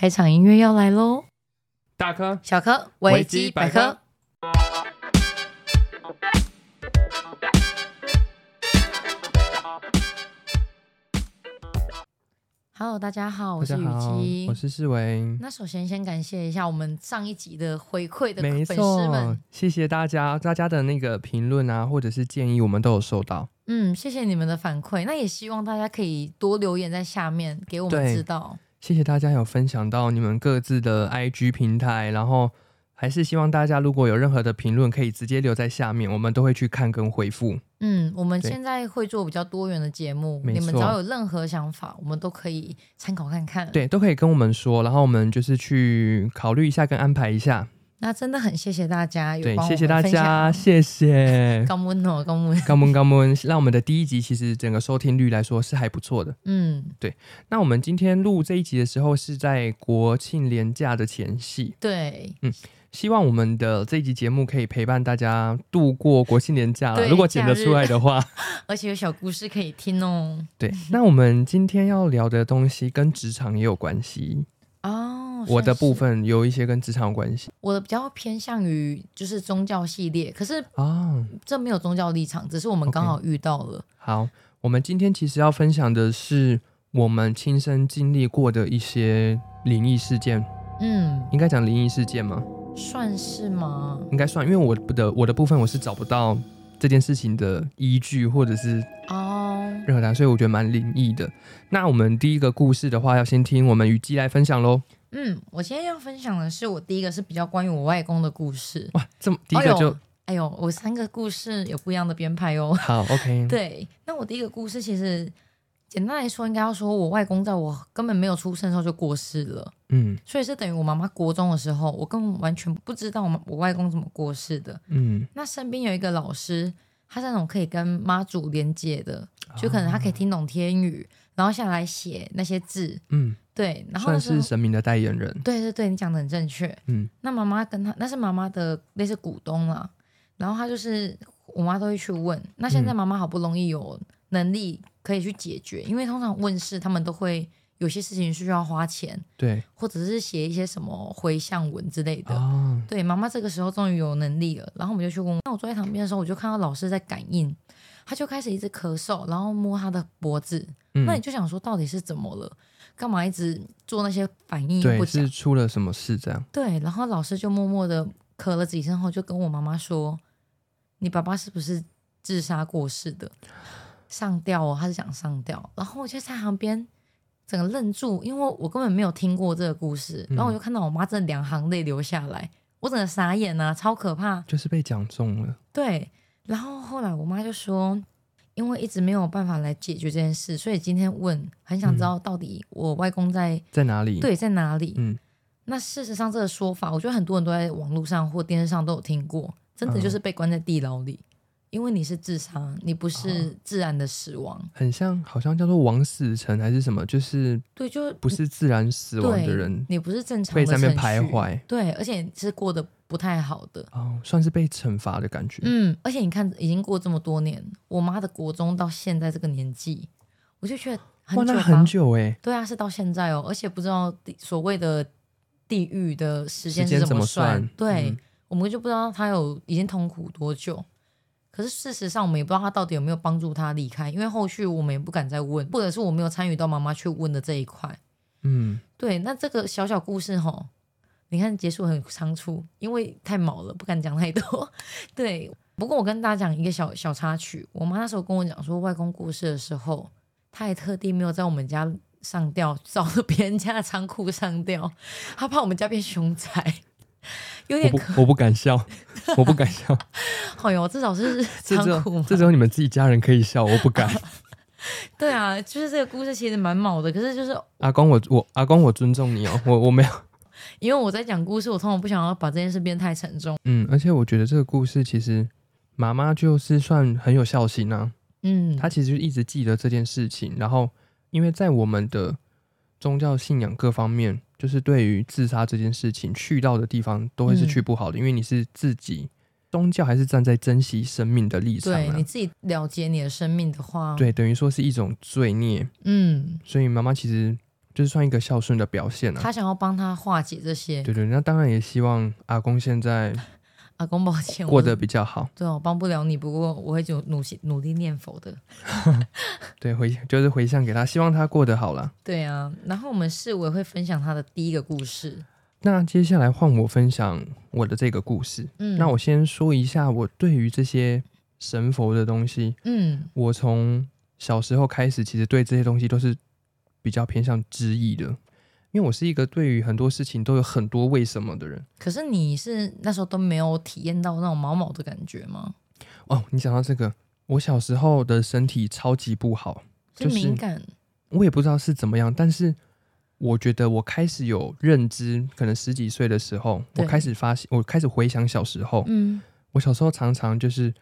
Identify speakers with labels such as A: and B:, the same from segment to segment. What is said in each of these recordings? A: 开场音乐要来喽！
B: 大科
A: 小柯
B: 维基百科，
A: Hello，大家好，我
B: 大
A: 哦是
B: 家
A: 雨
B: 好，
A: 姬
B: 我。是世维。
A: 那首先先感谢一下我们上一集的回馈的
B: 没
A: 粉丝
B: 错
A: 们，，
B: 谢谢大家，大家的那个评论啊，或者是建议，我们都有收到。
A: 嗯，谢谢你们的反馈。那也希望大家可以多留言在下面给我们
B: 对
A: 知道。
B: 谢谢大家有分享到你们各自的 IG 平台，然后还是希望大家如果有任何的评论，可以直接留在下面，我们都会去看跟回复。
A: 嗯，我们
B: 对
A: 现在会做比较多元的节目，
B: 没
A: 你们只
B: 错
A: 要有任何想法，我们都可以参考看看。
B: 对，都可以跟我们说，然后我们就是去考虑一下跟安排一下。
A: 那真的很谢谢大家，有
B: 对，
A: 帮我
B: 谢谢
A: 们
B: 大
A: 分享哦
B: 家，谢谢。
A: 感恩哦，感恩。
B: 高mun 高mun，让我们的第一集其实整个收听率来说是还不错的。
A: 嗯，
B: 那我们今天录这一集的时候是在国庆连假的前夕，
A: 对，
B: 希望我们的这一集节目可以陪伴大家度过国庆连假啦
A: 对
B: 如果剪得
A: 假日
B: 出来的话，
A: 而且有小故事可以听哦。
B: 对。那我们今天要聊的东西跟职场也有关系，
A: 哦，
B: 我的
A: 算是
B: 部，分有一些跟职场有关系
A: 我的比较偏向于就是宗教系列，可是
B: 啊。
A: 这没有宗教立场，只是我们
B: OK
A: 刚好遇到了。
B: 好，我们今天其实要分享的是我们亲身经历过的一些灵异事件，
A: 嗯，
B: 应该讲灵异事件吗？
A: 算是吗？
B: 应该算，因为我的我的部分我是找不到这件事情的依据或者是
A: 哦，
B: 任何答案，所以我觉得蛮灵异的。那我们第一个故事的话，要先听我们雨姬来分享喽。
A: 嗯，我今天要分享的是我第一个是比较关于我外公的故事。
B: 哇，这么第一个就、
A: 哎呦，哎呦，我三个故事有不一样的编排哦。
B: 好，OK，
A: 对，那我第一个故事其实简单来说，应该要说我外公在我根本没有出生的时候就过世了，
B: 嗯
A: 所以是等于我妈妈国中的时候，我根本完全不知道我妈我外公怎么过世的。
B: 嗯，
A: 那身边有一个老师，他是那种可以跟妈祖连接的，
B: 啊
A: 就可能他可以听懂天语，然后下来写那些字。
B: 嗯，
A: 对，然后那
B: 算
A: 时候
B: 是神明的代言人，
A: 对对对，你讲的很正确。
B: 嗯，
A: 那妈妈跟他，那是妈妈的类似股东啦。然后他就是我妈都会去问。那现在
B: 嗯
A: 妈妈好不容易有能力可以去解决，因为通常问世他们都会有些事情是需要花钱，
B: 对
A: 或者是写一些什么回向文之类的。
B: 哦，
A: 对，妈妈这个时候终于有能力了，然后我们就去问。那我坐在旁边的时候，我就看到老师在感应，他就开始一直咳嗽，然后摸他的脖子。
B: 嗯
A: 那你就想说，到底是怎么了？干嘛一直做那些反应
B: 对
A: 不讲
B: 是？出了什么事这样？
A: 对，然后老师就默默的咳了几声后，就跟我妈妈说：“你爸爸是不是自杀过世的？上吊哦，他是想上吊。”然后我就在旁边整个愣住，因为我根本没有听过这个故事。然后我就看到我妈这两行泪流下来，我整个傻眼啊，超可怕。
B: 就是被讲中了，
A: 对，然后后来我妈就说。因为一直没有办法来解决这件事，所以今天问，很想知道到底我外公在、
B: 在哪里？，
A: 对在哪里。
B: 嗯，
A: 那事实上，这个说法，我觉得很多人都在网络上或电视上都有听过，真的
B: 嗯
A: 就是被关在地牢里，因为你是自杀，你不
B: 哦
A: 是自然的死亡。
B: 很像，好像叫做王死城还是什么，就是
A: 对，就
B: 不是自然死亡的
A: 对
B: 人
A: 你不是正常
B: 被
A: 的
B: 在那边
A: 程
B: 徘
A: 序。
B: 徊，
A: 对，而且是过得不太好的。
B: 哦，算是被惩罚的感觉。
A: 嗯，而且你看，已经过这么多年，我妈的国中到现在这个年纪，我就觉得
B: 哇，
A: 很久
B: 那
A: 吧。
B: 很久哎、
A: 对啊，是到现在哦，而且不知道地所谓的地狱的时间
B: 时间
A: 是怎
B: 怎么
A: 算。
B: 算
A: 对、
B: 嗯
A: 我们就不知道他有已经痛苦多久。可是事实上，我们也不知道他到底有没有帮助他离开，因为后续我们也不敢再问，或者是我没有参与到妈妈去问的这一块。
B: 嗯，
A: 对，那这个小小故事吼，你看结束很仓促，因为太毛了，不敢讲太多。 对，不过我跟大家讲一个小小插曲，我妈那时候跟我讲说，外公过世的时候，她还特地没有在我们家上吊，找了别人家的仓库上吊，她怕我们家变凶宅。有
B: 我
A: 点可，
B: 不我不敢 笑，我不敢笑，
A: 哎呦，至少是
B: 这只
A: 仓库
B: 有
A: 嘛
B: 这。只有你们自己家人可以笑，我不 敢。
A: 对啊，就是这个故事其实蛮毛的，可是就是
B: 阿公我，我阿公，我尊重你哦，我我 没有，
A: 因为我在讲故事，我通常不想要把这件事变太沉重。
B: 嗯，而且我觉得这个故事其实妈妈就是算很有孝心啊，
A: 嗯，
B: 她其实一直记得这件事情，然后因为在我们的宗教信仰各方面，就是对于自杀这件事情，去到的地方都会是
A: 嗯
B: 去不好的，因为你是自己宗教还是站在珍惜生命的立场、啊，
A: 对，你自己了解你的生命的话，
B: 对，等于说是一种罪孽，
A: 嗯，
B: 所以妈妈其实就是算一个孝顺的表现啊。
A: 他想要帮他化解这些。
B: 对对，那当然也希望阿公现在
A: 阿啊公，抱歉，
B: 过
A: 我
B: 得比较好。
A: 对啊，我帮不了你，不过我会就努努力念佛的。
B: 对，回就是回向给他，希望他过得好啦。
A: 对啊，然后我们市委会分享他的第一个故事。
B: 那接下来换我分享我的这个故事。
A: 嗯，
B: 那我先说一下我对于这些神佛的东西，
A: 嗯
B: 我从小时候开始，其实对这些东西都是比较偏向知意的，因为我是一个对于很多事情都有很多为什么的人。
A: 可是你是那时候都没有体验到那种毛毛的感觉吗？
B: 哦，你讲到这个，我小时候的身体超级不好，
A: 是
B: 就是
A: 敏感，
B: 我也不知道是怎么样，但是我觉得我开始有认知，可能十几岁的时候，我
A: 对
B: 开始发现，我开始回想小时候，
A: 嗯，
B: 我小时候常常就是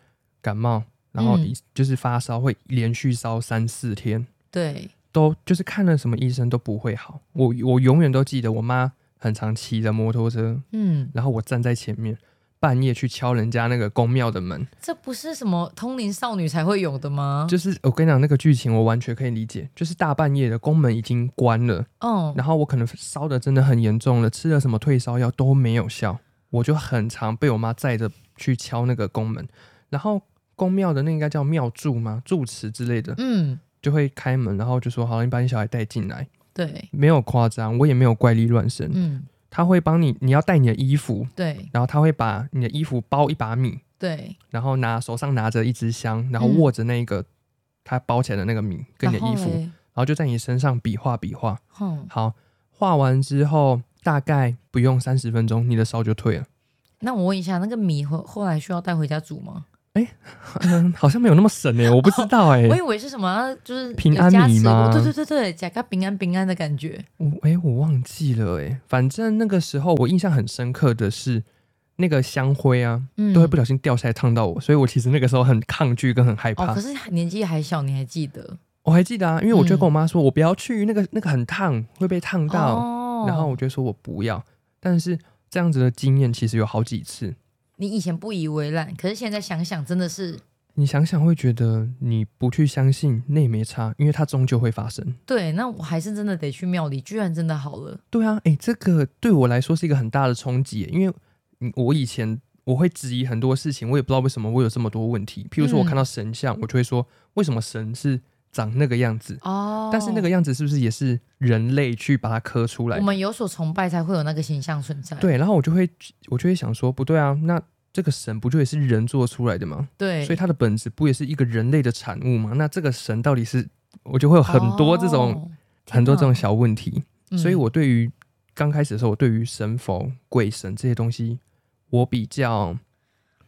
B: 感冒，然后
A: 嗯
B: 就是发烧，会连续烧三四天，
A: 对，
B: 都就是看了什么医生都不会好。我我永远都记得，我妈很常骑着摩托车，
A: 嗯，
B: 然后我站在前面，半夜去敲人家那个公庙的门，
A: 这不是什么通灵少女才会有的吗？
B: 就是我跟你讲那个剧情，我完全可以理解，就是大半夜的宫门已经关了。
A: 哦，
B: 然后我可能烧的真的很严重了，吃了什么退烧药都没有效，我就很常被我妈载着去敲那个宫门，然后宫庙的那应该叫庙祝吗？住持之类的
A: 嗯，
B: 就会开门，然后就说好，你把你小孩带进来，
A: 对，
B: 没有夸张，我也没有怪力乱神，
A: 嗯，
B: 他会帮你，你要带你的衣服，
A: 对
B: 然后他会把你的衣服包一把米，
A: 对，
B: 然后拿手上拿着一支香，然后
A: 嗯
B: 握着那个。他包起来的那个米跟你的
A: 然
B: 衣
A: 后
B: 服，然
A: 嘞，
B: 后就在你身上比划比划，
A: 哼，
B: 好，画完之后大概不用三十分钟，你的烧就退了。
A: 那我问一下，那个米后后来需要带回家煮吗？
B: 嗯，好像没有那么神 哎、我不知道哎、
A: 我以为是什么，啊就是
B: 平
A: 有
B: 安
A: 加
B: 米
A: 持过
B: 吗
A: 对对对对，加个平安平安的感觉。
B: 我哎、我忘记了哎、反正那个时候我印象很深刻的是那个香灰啊，
A: 嗯，
B: 都会不小心掉下来烫到我，所以我其实那个时候很抗拒跟很害
A: 哦，
B: 怕。
A: 可是年纪还小，你还记得？
B: 我还记得啊，因为我就
A: 嗯
B: 跟我妈说，我不要去那个那个很烫，会被烫到。
A: 哦
B: 然后我就说我不要，但是这样子的经验其实有好几次，
A: 你以前不以为然，可是现在想想，真的是
B: 你想想会觉得你不去相信那也没差，因为它终究会发生。
A: 对。那我还是真的得去庙里，居然真的好了。
B: 对啊，诶，这个对我来说是一个很大的冲击耶，因为嗯我以前我会质疑很多事情，我也不知道为什么我有这么多问题。譬如说，我
A: 嗯
B: 看到神像，我就会说，为什么神是长那个样子？
A: 哦，
B: 但是那个样子是不是也是人类去把它刻出来
A: 我？们有所崇拜，才会有那个形象存在。
B: 对，然后我就会我就会想说，不对啊，那这个神不就也是人做出来的吗？
A: 对，
B: 所以它的本质不也是一个人类的产物吗？那这个神到底是？我就会有很多这种、
A: 哦
B: 很多这种
A: 天
B: 小问题。
A: 哪
B: 所以
A: 嗯
B: 我对于刚开始的时候，我对于神佛、鬼神这些东西，我比较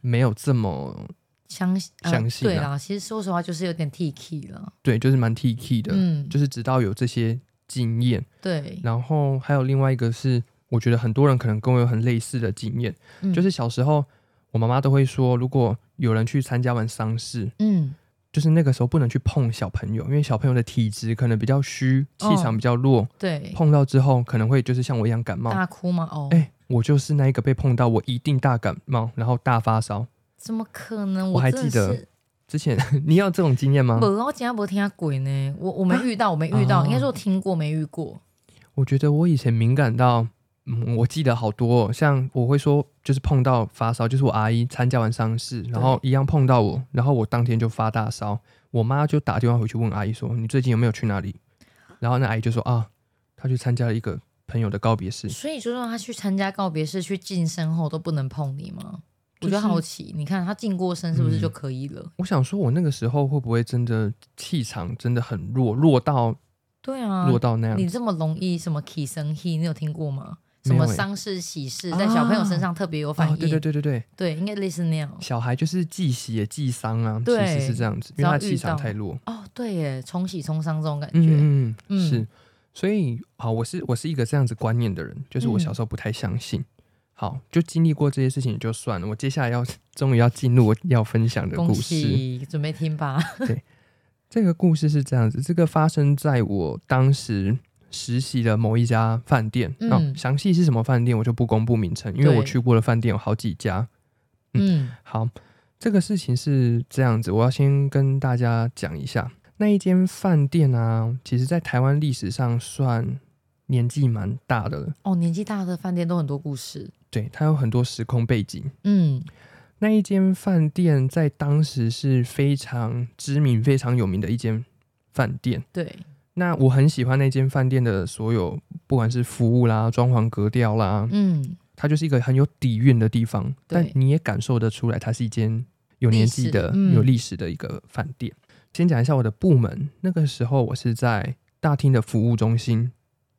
B: 没有这么
A: 相信呃
B: 相信啊
A: 对啦。其实说实话，就是有点 T K 了。
B: 对，就是蛮 T K 的，
A: 嗯，
B: 就是直到有这些经验，
A: 对，
B: 然后还有另外一个是，我觉得很多人可能跟我有很类似的经验，
A: 嗯
B: 就是小时候我妈妈都会说，如果有人去参加完丧事。
A: 嗯，
B: 就是那个时候不能去碰小朋友，因为小朋友的体质可能比较虚，气
A: 哦
B: 场比较弱，
A: 对，
B: 碰到之后可能会就是像我一样感冒。
A: 大哭吗？哦，
B: 哎、我就是那一个被碰到，我一定大感冒，然后大发烧。
A: 怎么可能？
B: 我还
A: 真的
B: 记得嗯
A: 是
B: 之前 你有这种经验吗
A: 没？有，我竟然没听鬼呢。我我没遇到，我没遇到，
B: 哦
A: 应该说我听过没遇过。
B: 我觉得我以前敏感到，嗯，我记得好多、哦，像我会说，就是碰到发烧，就是我阿姨参加完丧事，然后一样碰到我，然后我当天就发大烧，我妈就打电话回去问阿姨说，你最近有没有去哪里？然后那阿姨就说啊，她去参加了一个朋友的告别式，
A: 所以就算他去参加告别式、去晋升后都不能碰你吗？我
B: 就是
A: 就好奇，你看他晋过身是不是
B: 嗯
A: 就可以了？
B: 我想说，我那个时候会不会真的气场真的很弱，弱到
A: 对啊，
B: 弱到那样？
A: 你这么容易什么起生气，你有听过吗？
B: 没
A: 什
B: 有
A: 么
B: 欸
A: 丧事喜事，
B: 啊
A: 在小朋友身上特别有反应，
B: 哦，对对对对对，
A: 对应该类似那样。
B: 小孩就是既喜也既伤啊，其
A: 对
B: 实是这样子，因
A: 只
B: 为
A: 要
B: 他气
A: 遇到
B: 场太弱。
A: 哦，对耶，冲喜冲丧这种感觉，
B: 嗯嗯嗯，
A: 嗯
B: 是。所以好，我是我是一个这样子观念的人，就是我
A: 嗯
B: 小时候不太相信。好，就经历过这些事情也就算了，我接下来要终于要进入我要分享的故
A: 恭
B: 事。
A: 喜，准备听吧。
B: 这个故事是这样子，这个发生在我当时实习的某一家饭店。
A: 嗯
B: 哦详细是什么饭店我就不公布名称，因为
A: 对
B: 我去过的饭店有好几家。
A: 嗯
B: 好，这个事情是这样子，我要先跟大家讲一下，那一间饭店啊，其实在台湾历史上算年纪蛮大的了，
A: 哦，年纪大的饭店都很多故事，
B: 对，它有很多时空背景。
A: 嗯，
B: 那一间饭店在当时是非常知名、非常有名的一间饭店。
A: 对，
B: 那我很喜欢那间饭店的所有，不管是服务啦、装潢格调啦，
A: 嗯，
B: 它就是一个很有底蕴的地方。
A: 对
B: 但你也感受得出来，它是一间有年纪的
A: 历史、嗯
B: 有历史的一个饭店。先讲一下我的部门，那个时候我是在大厅的服务中心，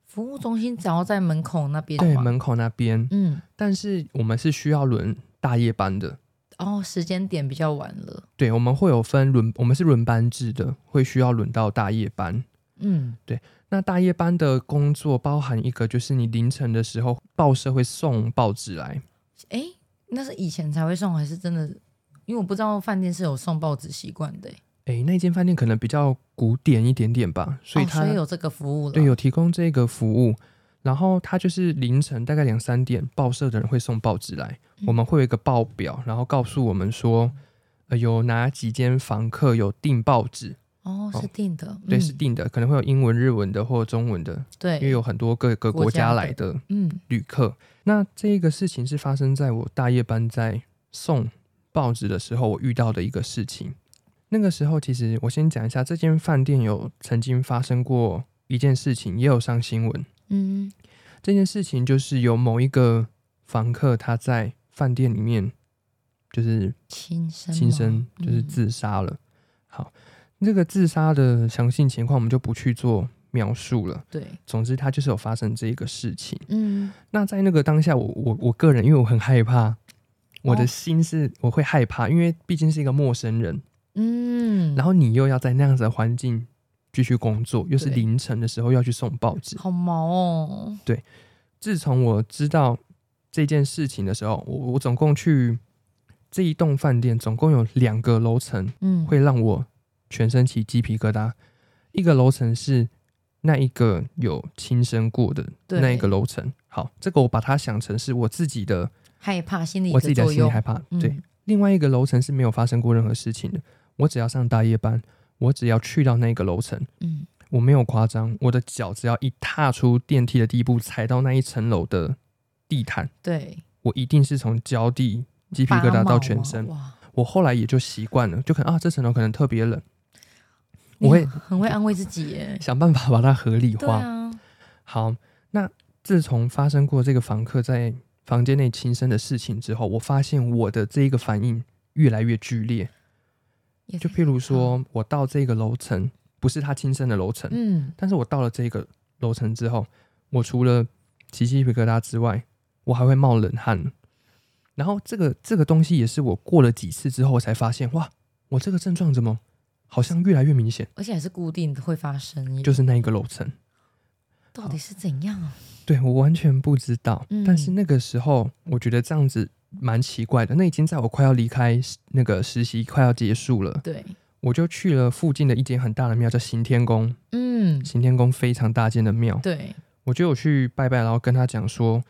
A: 服务中心只要在门口那边，
B: 对，门口那边。
A: 嗯，
B: 但是我们是需要轮大夜班的，
A: 哦，时间点比较晚了，
B: 对，我们会有分轮，我们是轮班制的，会需要轮到大夜班。
A: 嗯，
B: 那大夜班的工作包含一个，就是你凌晨的时候，报社会送报纸来。
A: 诶，那是以前才会送，还是真的？因为我不知道饭店是有送报纸习惯的、诶
B: 诶，那间饭店可能比较古典一点点吧，所以
A: 哦
B: 它、
A: 有这个服务了，
B: 对有提供这个服务。然后它就是凌晨大概两三点，报社的人会送报纸来，
A: 嗯
B: 我们会有一个报表，然后告诉我们说，呃，有哪几间房客有订报纸，
A: 哦，是定的，
B: 对，
A: 嗯
B: 是订的，可能会有英文、日文的或中文的，因为
A: 对，
B: 有很多各个
A: 国
B: 国
A: 家
B: 家来
A: 的
B: 的
A: 嗯，
B: 旅客。那这个事情是发生在我大夜班在送报纸的时候，我遇到的一个事情。那个时候，其实我先讲一下，这间饭店有曾经发生过一件事情，也有上新闻。
A: 嗯，
B: 这件事情就是有某一个房客他在饭店里面就是
A: 亲生吗，
B: 轻生，就是
A: 嗯
B: 自杀了。好，那个自杀的详细情况我们就不去做描述了。
A: 对，
B: 总之，他就是有发生这一个事情。
A: 嗯，
B: 那在那个当下我，我我个人，因为我很害怕，我
A: 哦
B: 的心是、我会害怕，因为毕竟是一个陌生人，
A: 嗯，
B: 然后你又要在那样子的环境继续工作，又是
A: 对
B: 凌晨的时候要去送报纸。
A: 好毛哦，
B: 自从我知道这件事情的时候，我我总共去这一栋饭店，总共有两个楼层
A: 嗯，
B: 会让我全身起鸡皮疙瘩，一个楼层是。那一个有亲身过的
A: 对
B: 那一个楼层，好，这个我把它想成是我自己的
A: 害怕心理
B: 我自己
A: 的
B: 的
A: 作
B: 心里
A: 用，
B: 害怕。
A: 嗯
B: 对，另外一个楼层是没有发生过任何事情的。我只要上大夜班，我只要去到那个楼层，
A: 嗯，
B: 我没有夸张，我的脚只要一踏出电梯的第一步，踩到那一层楼的地毯，
A: 对，
B: 我一定是从脚底鸡皮疙
A: 拔毛
B: 瘩到全
A: 啊
B: 身。
A: 哇，
B: 我后来也就习惯了，就可能啊，这层楼可能特别冷，
A: 你
B: 我会
A: 很会安慰自己 耶，
B: 想办法把它合理
A: 对
B: 化。
A: 啊，
B: 好，那自从发生过这个房客在房间内轻生的事情之后，我发现我的这一个反应越来越剧烈。
A: 也
B: 就
A: 太
B: 譬如
A: 可怕了，
B: 说，我到这个楼层，不是他亲生的楼层，
A: 嗯，
B: 但是我到了这个楼层之后，我除了起鸡皮疙瘩之外，我还会冒冷汗。然后这个这个东西也是我过了几次之后才发现，哇，我这个症状怎么好像越来越明显？
A: 而且还是固定的会发生耶，
B: 就是那一个楼层，
A: 到底是怎样啊？
B: 对我完全不知道。但是
A: 嗯
B: 那个时候，我觉得这样子蛮奇怪的。那已经在我快要离开那个实习，快要结束了，
A: 对，
B: 我就去了附近的一间很大的庙，叫行天宫。
A: 嗯，
B: 行天宫非常大间的庙，
A: 对，
B: 我就有去拜拜，然后跟他讲说，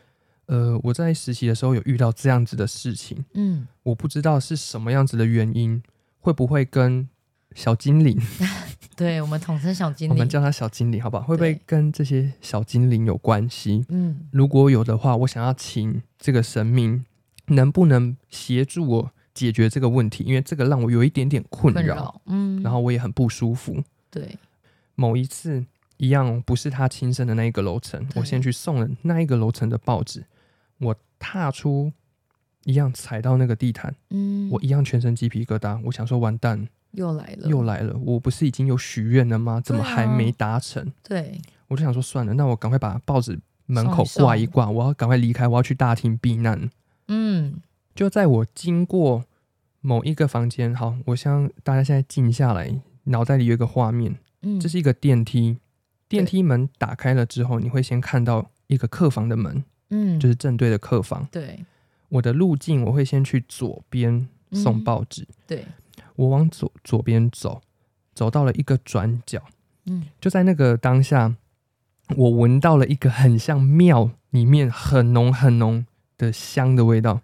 B: 呃，我在实习的时候有遇到这样子的事情，
A: 嗯，
B: 我不知道是什么样子的原因，会不会跟小精灵，
A: 对，我们统称小精
B: 我们
A: 灵，
B: 叫他小精灵，好不好？会不会
A: 对
B: 跟这些小精灵有关系？
A: 嗯，
B: 如果有的话，我想要请这个神明能不能协助我解决这个问题，因为这个让我有一点点困
A: 困
B: 扰，
A: 扰，嗯，
B: 然后我也很不舒服。
A: 对，
B: 某一次一样不是他亲生的那一个楼层，
A: 对
B: 我先去送了那一个楼层的报纸，我踏出一样踩到那个地毯，
A: 嗯，
B: 我一样全身鸡皮疙瘩。我想说完蛋，
A: 又来了，
B: 又来了，我不是已经有许愿了吗？怎么还没达成？
A: 对，啊
B: 我就想说算了，那我赶快把报纸门
A: 送一
B: 口
A: 送
B: 挂一挂，我要赶快离开，我要去大厅避难。
A: 嗯，
B: 就在我经过某一个房间，好，我想大家现在静下来，脑袋里有一个画面，
A: 嗯，
B: 这是一个电梯，电梯门打开了之后，你会先看到一个客房的门，
A: 嗯，
B: 就是正对的客房。
A: 对嗯
B: 我的路径我会先去左边送报纸，
A: 对，
B: 我往左左边走，走到了一个转角，
A: 嗯，
B: 就在那个当下，我闻到了一个很像庙里面很浓很浓的香的味道，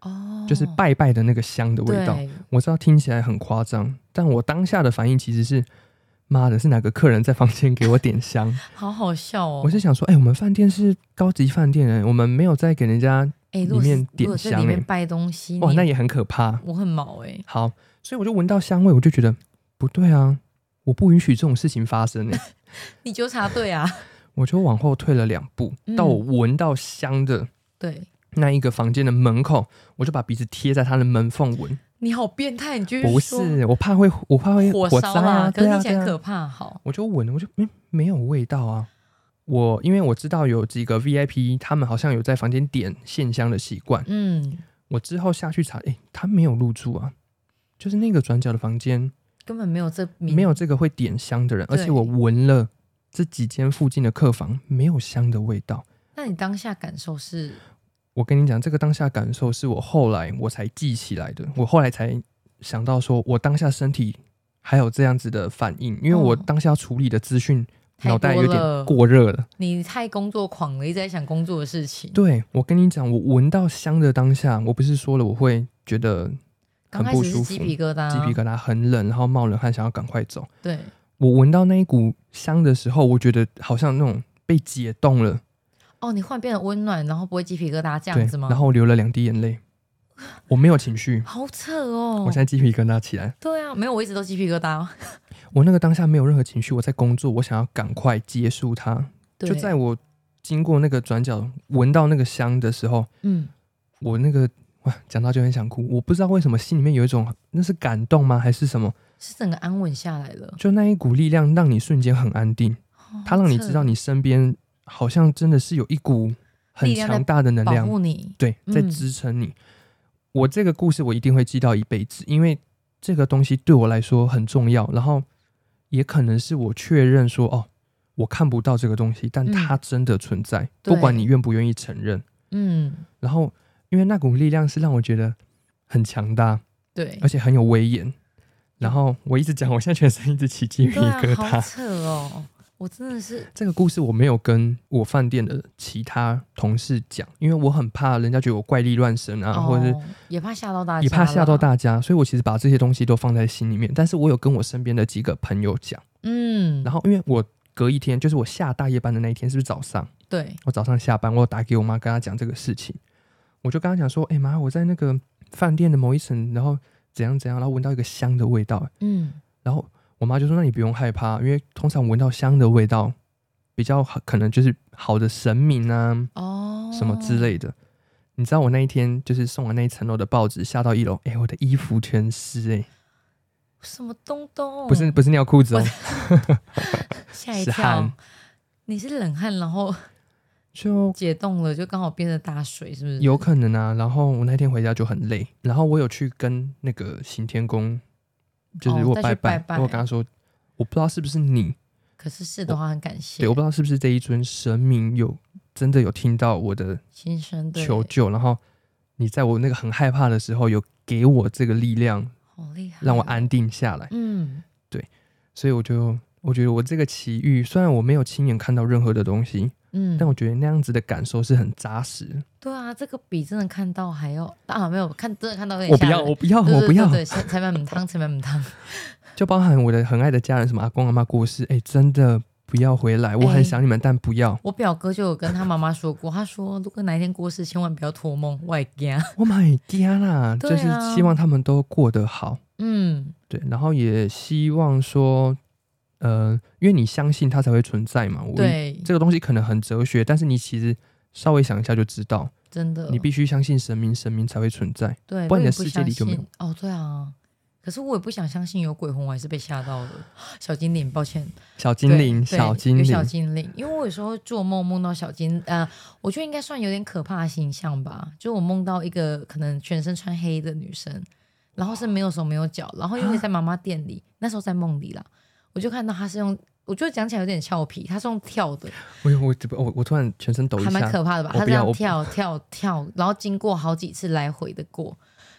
A: 哦，
B: 就是拜拜的那个香的味道。
A: 对
B: 我知道听起来很夸张，但我当下的反应其实是妈的，是哪个客人在房间给我点香？
A: 好好笑哦
B: 我。是想说，哎、我们饭店是高级饭店哎、我们没有在给人家，
A: 哎、如果
B: 里
A: 是
B: 面
A: 如
B: 点
A: 果在
B: 香
A: 里面
B: 欸
A: 拜东西，
B: 哇，
A: 你
B: 那也很可怕。
A: 我很毛哎、
B: 好，所以我就闻到香味，我就觉得不对啊，我不允许这种事情发 生哎、
A: 你纠察队 啊？
B: 我就往后退了两步，
A: 嗯
B: 到我闻到香的
A: 对，
B: 那一个房间的门口，我就把鼻子贴在他的门缝闻。
A: 你好变态，你就是
B: 不
A: 说
B: 是，我怕会，我怕会
A: 火
B: 灾
A: 烧啦，
B: 啊，
A: 可
B: 对
A: 是
B: 啊，
A: 听起
B: 对
A: 来
B: 啊
A: 可怕。好，
B: 我就闻了，我就嗯没有味道啊。我因为我知道有几个 VIP，他们好像有在房间点线香的习惯。
A: 嗯，
B: 我之后下去查，诶，他没有入住啊，就是那个转角的房间
A: 根本没有这名
B: 没有这个会点香的人，而
A: 对
B: 且我闻了这几间附近的客房没有香的味道。
A: 那你当下感受是
B: 我跟你讲，这个当下感受是我后来我才记起来的，我后来才想到说，我当下身体还有这样子的反应，因为我
A: 嗯
B: 当下处理的资讯
A: 太
B: 脑袋
A: 多
B: 有
A: 了
B: 点过热了。
A: 你太工作狂了，一直在想工作的事情。
B: 对我跟你讲，我闻到香的当下，我不是说了，我会觉得
A: 刚开
B: 很不
A: 始是
B: 舒服，
A: 鸡皮疙瘩，
B: 鸡皮疙瘩很冷，然后冒冷汗，想要赶快走。
A: 对，
B: 我闻到那一股香的时候，我觉得好像那种被解冻了，
A: 哦，你忽然变得温暖，然后不会鸡皮疙瘩这
B: 对
A: 样子，吗？
B: 然后流了两滴眼 泪，我没有情绪，
A: 好扯哦
B: 我现。在鸡皮疙瘩起来。
A: 对啊，没有，我一直都鸡皮疙瘩。
B: 我那个当下没有任何情绪，我在工作，我想要赶快结束它。
A: 对，
B: 就在我经过那个转角，闻到那个香的时候，
A: 嗯，
B: 我那个哇，讲到就很想哭。我不知道为什么心里面有一种那是感动吗，还是什么？
A: 是整个安稳下来了。
B: 就那一股力量让你瞬间很安定，
A: 哦
B: 它让你
A: 好扯
B: 知道你身边好像真的是有一股很
A: 力量在
B: 强大的能
A: 哦保
B: 量，
A: 护你。
B: 对，在
A: 嗯
B: 支撑你。我这个故事我一定会记到一辈子，因为这个东西对我来说很重要。然后也可能是我确认说，哦，我看不到这个东西，但
A: 嗯
B: 它真的存在，
A: 对
B: 不管你愿不愿意承认。
A: 嗯，
B: 然后，因为那股力量是让我觉得很强大，
A: 对
B: 而。且很有威严。然后我一直讲，我现在全身一直起鸡皮
A: 对
B: 疙
A: 啊，
B: 瘩。
A: 好扯哦！我真的是
B: 这个故事我没有跟我饭店的其他同事讲，因为我很怕人家觉得我怪力乱神 啊，
A: 哦
B: 或者是
A: 也怕吓到大家，
B: 也怕吓到。大家，所以我其实把这些东西都放在心里面。但是我有跟我身边的几个朋友讲，
A: 嗯，
B: 然后因为我隔一天，就是我下大夜班的那一天，是不是早上？
A: 对，
B: 我早上下班，我有打给我妈，跟她讲这个事情，我就跟她讲说：“哎、妈，我在那个饭店的某一层，然后怎样怎样，然后闻到一个香的味道。
A: 嗯，”
B: 然后我妈就说：“那你不用害怕，因为通常闻到香的味道，比较好可能就是好的神明啊
A: 哦，
B: 什么之类的。你知道我那一天就是送完那一层楼的报纸，下到一楼，哎、我的衣服全湿哎、
A: 什么东东？
B: 不是不是尿裤子哦
A: 不，吓一
B: 是
A: 跳
B: 汗，
A: 你是冷汗，然后
B: 就
A: 解冻了，就刚好变成大水，是不是？
B: 有可能啊。然后我那天回家就很累，然后我有去跟那个行天宫，就是
A: 哦
B: 我
A: 再去拜
B: 拜
A: 拜
B: 我跟他说，我不知道是不是你，
A: 可是是的话，很感谢
B: 对，我不知道是不是这一尊神明有真的有听到我的
A: 先生对
B: 求救，然后你在我那个很害怕的时候有给我这个力量，
A: 好厉害，
B: 让我。安定下来。
A: 嗯，
B: 所以我就我觉得我这个奇遇，虽然我没有亲眼看到任何的东西，
A: 嗯，
B: 但我觉得那样子的感受是很扎实的。
A: 对啊，这个比真的看到还要啊，没有看真的看到有
B: 我
A: 点
B: 不
A: 吓人，
B: 要，我不要，
A: 对
B: 我
A: 对
B: 不要
A: 对，对，才才买母汤，才买母汤，
B: 就包含我的很爱的家人，什么阿公阿妈过世，哎、真的不要回来，我
A: 哎
B: 很想你们，但不要。
A: 我表哥就有跟他妈妈说过，他说如果哪一天过世，千万不要托梦外家。
B: Oh my god 啦，
A: 对
B: 就
A: 啊
B: 是希望他们都过得好，
A: 嗯，
B: 对，然后也希望说，呃，因为你相信它才会存在嘛。我
A: 对，
B: 这个东西可能很哲学，但是你其实稍微想一下就知道，
A: 真的，
B: 你必须相信神明，神明才会存在。
A: 对，
B: 不
A: 我
B: 然你
A: 也
B: 的世界
A: 相
B: 里就没有
A: 信。哦，对啊，可是我也不想相信有鬼魂，我还是被吓到了。小精灵，抱歉，
B: 小
A: 对
B: 精灵，
A: 对
B: 小精
A: 有小
B: 灵，
A: 精灵，因为我有时候做梦梦到小精，呃，我觉得应该算有点可怕的形象吧。就我梦到一个可能全身穿黑的女生，然后是没有手没有脚，然后
B: 啊
A: 因为在妈妈店里，那时候在梦里啦，我就看到她是用，我觉得讲起来有点俏皮，她是用跳的，
B: 我我我我突然全身抖一
A: 还蛮
B: 下，
A: 可怕的吧？
B: 我
A: 他
B: 不
A: 这
B: 要
A: 样
B: 我
A: 跳跳跳，然后经过好几次来回的过，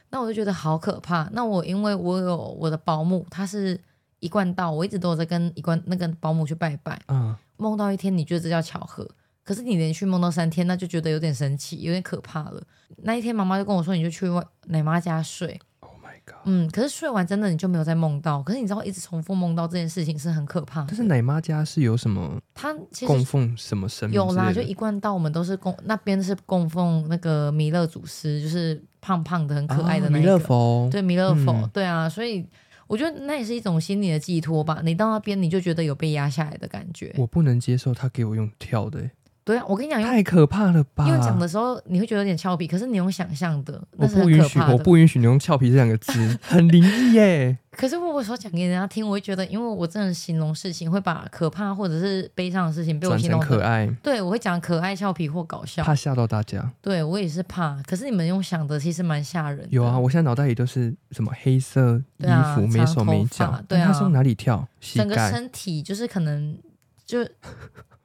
A: 那我就觉得好可怕。那我因为我有我的保姆，她是一贯道，我一直都有在跟一贯那个保姆去拜拜。
B: 嗯，
A: 梦到一天，你觉得这叫巧合？可是你连续梦到三天，那就觉得有点神奇，有点可怕了。那一天，妈妈就跟我说，你就去外奶妈家睡。
B: Oh my god！
A: 嗯，可是睡完真的你就没有再梦到，可是你知道一直重复梦到这件事情是很可怕
B: 但
A: 的。
B: 是奶妈家是有什么
A: 他其
B: 供
A: 实
B: 奉什么神明
A: 有
B: 之
A: 啦，
B: 类
A: 就
B: 的
A: 一贯道我们都是供那边是供奉那个弥勒祖师，就是胖胖的很可爱的
B: 啊
A: 那
B: 弥
A: 一个。
B: 勒佛，
A: 对弥勒佛，
B: 嗯
A: 对啊，所以我觉得那也是一种心理的寄托吧。你到那边你就觉得有被压下来的感觉。
B: 我不能接受他给我用跳的、欸
A: 对啊，我跟你讲，用
B: 太可怕了吧！
A: 用讲的时候你会觉得有点俏皮，可是你用想象的，
B: 我
A: 那是
B: 不
A: 很
B: 允
A: 可
B: 许，
A: 怕的。
B: 我不允许你用“俏皮”这两个字，很灵 异耶！
A: 可是我所讲给人家听，我会觉得，因为我真的形容事情会把可怕或者是悲伤的事情被我
B: 转
A: 形
B: 成
A: 容
B: 可
A: 得，
B: 爱，
A: 对我会讲可爱、俏皮或搞笑。
B: 怕吓到大家。
A: 对我也是怕，可是你们用想的其实蛮吓人的。
B: 有啊，，我现在脑袋里都是什么黑色衣
A: 对啊
B: 服、没手没
A: 长头
B: 脚
A: 发，对啊
B: 他是用哪里跳？膝
A: 整个
B: 盖。
A: 身体就是可能就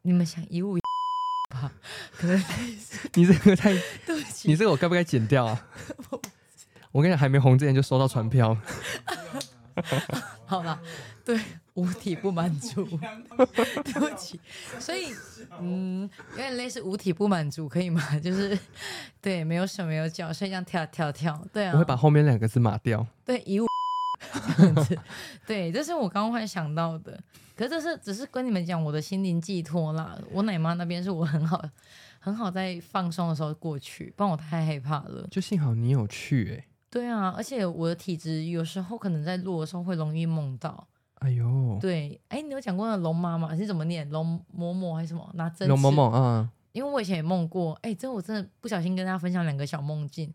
A: 你们想一物一吧，可能
B: 你这个太，
A: 对不起
B: 你这个我该不该剪掉 啊？我跟你讲，还没红之前就收到传票，
A: 啊好吧，对，五体不满足，对不起，所以嗯，有点类似五体不满足，可以吗？ 就是对，没有手没有脚，所以这样跳跳跳，对啊，
B: 我会把后面两个字码掉。
A: 对一物这样子，对，这是我刚刚忽然想到的。可是这是只是跟你们讲我的心灵寄托啦，我奶妈那边是我很好很好在放松的时候过去，不然我太害怕了。
B: 就幸好你有去哎、
A: 对啊，而且我的体质有时候可能在录的时候会容易梦到。
B: 哎呦，
A: 对，哎，你有讲过那龙妈妈是怎么念？龙嬷嬷还是什么？拿针？
B: 龙某某 啊，
A: 因为我以前也梦过，哎，这我真的不小心跟大家分享两个小梦境，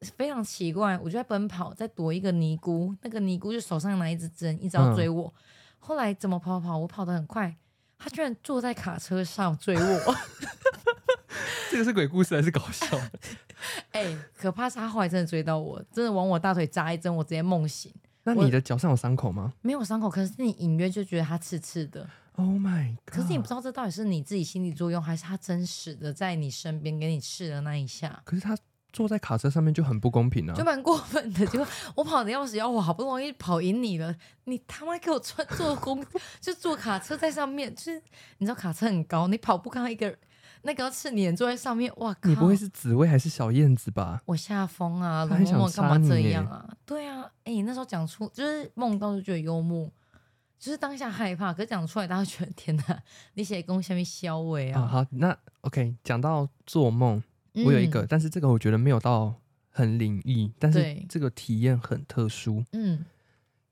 A: 非常奇怪。我就在奔跑，在躲一个尼姑，那个尼姑就手上拿一支针，一直要追我。后来怎么跑跑，我跑得很快，他居然坐在卡车上追我，
B: 这个是鬼故事还是搞笑？
A: 哎，可怕是他后来真的追到我，真的往我大腿扎一针，我直接梦醒，
B: 那
A: 我
B: 你的脚上有伤口吗
A: 没有伤口，可是你隐约就觉得他刺刺的。
B: ？Oh my god！
A: 可是你不知道这到底是你自己心理作用，还是他真实的在你身边给你试的那一下，
B: 可是他坐在卡车上面就很不公平啊
A: 就！蛮过分的。结果我跑的要死要活，好不容易跑赢你了，你他妈给我穿坐公，就坐卡车在上面，就是你知道卡车很高，你跑步刚刚一个那个要刺你的人坐在上面，哇靠！
B: 你不会是紫薇还是小燕子吧？
A: 我吓疯啊，
B: 他
A: 龙
B: 很
A: 嬷嬷
B: 想
A: 干嘛
B: 杀
A: 这
B: 你耶
A: 样啊？对啊，哎、那时候讲出就是梦到就觉得幽默。就是当下害怕，可是讲出来，大家觉得 天哪，你写攻下面消尾啊！
B: 啊，
A: 嗯
B: 好，那 OK，讲到做梦，我有一个，但是这个我觉得没有到很灵异，但是
A: 对
B: 这个体验很特殊。
A: 嗯，嗯，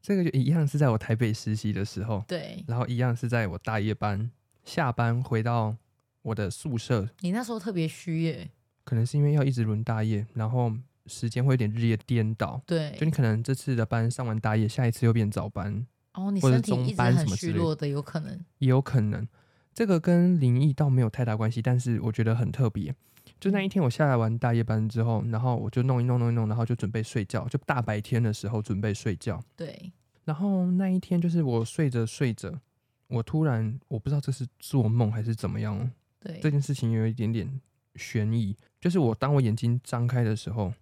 B: 这个就一样是在我台北实习的时候，
A: 对，
B: 然后一样是在我大夜班下班回到我的宿舍，
A: 你那时候特别虚耶，
B: 可能是因为要一直轮大夜，然后时间会有点日夜颠倒。
A: 对
B: 就，你可能这次的班上完大夜，下一次又变早班，
A: 哦，你
B: 或者
A: 身体
B: 中
A: 一直
B: 班
A: 很
B: 什么
A: 虚
B: 之类的
A: 弱的，有可能，
B: 也有可能。这个跟灵异倒没有太大关系，但是我觉得很特别。就那一天我下来完大夜班之后，然后我就弄一弄弄一弄，然后就准备睡觉，就大白天的时候准备睡觉。
A: 对，
B: 然后那一天就是我睡着睡着，我突然我不知道这是做梦还是怎么样哦，
A: 对，
B: 这件事情有一点点悬疑。就是我当我眼睛张开的时候，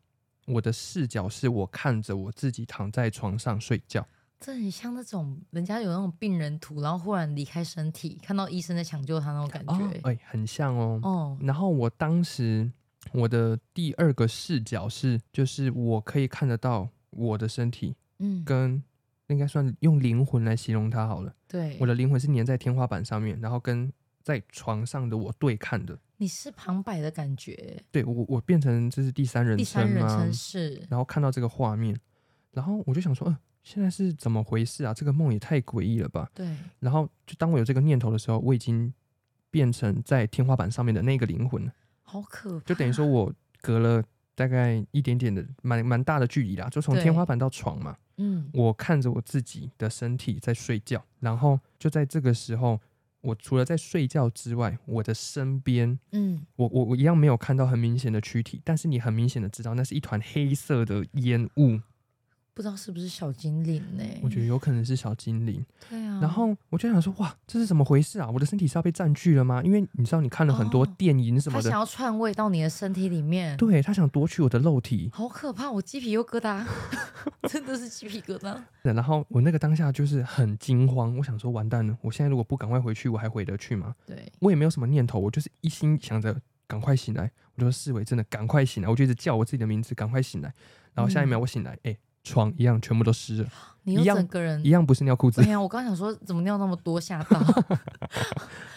B: 我的视角是我看着我自己躺在床上睡觉。
A: 这很像那种人家有那种病人图，然后忽然离开身体，看到医生在抢救他那种感
B: 哦，
A: 觉，
B: 哎、很像哦。
A: 哦，
B: 然后我当时我的第二个视角是，就是我可以看得到我的身体
A: 嗯，
B: 跟应该算用灵魂来形容它好了。
A: 对
B: 我，的灵魂是粘在天花板上面，然后跟在床上的我对看的。
A: 你是旁白的感觉，
B: 对我，我变成这是第三人
A: 第三
B: 称
A: 人
B: 吗
A: 称？是，
B: 然后看到这个画面，然后我就想说，嗯、现在是怎么回事啊？这个梦也太诡异了吧！
A: 对，
B: 然后就当我有这个念头的时候，我已经变成在天花板上面的那个灵魂了。
A: 好可怕，
B: 就等于说我隔了大概一点点的蛮蛮大的距离啦，就从
A: 对
B: 天花板到床嘛，
A: 嗯，
B: 我看着我自己的身体在睡觉，然后就在这个时候，我除了在睡觉之外，我的身边，
A: 嗯，
B: 我我我一样没有看到很明显的躯体，但是你很明显的知道那是一团黑色的烟雾，
A: 不知道是不是小精灵呢？
B: 我觉得有可能是小精灵。
A: 对啊，
B: 然后我就想说，哇，这是怎么回事啊？我的身体是要被占据了吗？因为你知道，你看了很多
A: 哦
B: 电影什
A: 他
B: 么的，
A: 想要篡位到你的身体里面，
B: 对他想夺取我的肉体，
A: 好可怕，我鸡皮又疙 瘩，真的是鸡皮疙瘩。
B: 对然后我那个当下就是很惊慌，我想说完蛋了，我现在如果不赶快回去，我还回得去吗？
A: 对，
B: 我也没有什么念头，我就是一心想着赶快醒来，我就视为真的赶快醒来，我就一直叫我自己的名字，赶快醒来。然后下一秒我醒来，哎、床一样全部都湿了，
A: 你
B: 一
A: 又
B: 样
A: 整个人
B: 一，样不是尿裤子
A: 对，呀、啊我刚想说怎么尿那么多，吓 到。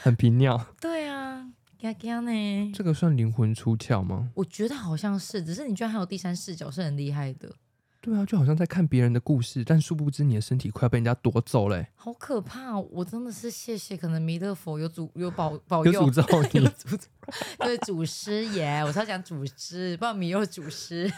B: 很频尿。
A: 对啊，嘎嘎呢？
B: 这个算灵魂出窍吗？
A: 我觉得好像是，只是你居然还有第三视角是很厉害的，
B: 对啊，就好像在看别人的故事，但殊不知你的身体快要被人家夺走了欸、
A: 好可怕、哦！我真的是谢谢，可能弥勒佛有主有保保
B: 有
A: 佑，
B: 诅咒
A: 有
B: 你。
A: 祖宗对祖师爷，我是要讲祖师，不然弥勒祖师。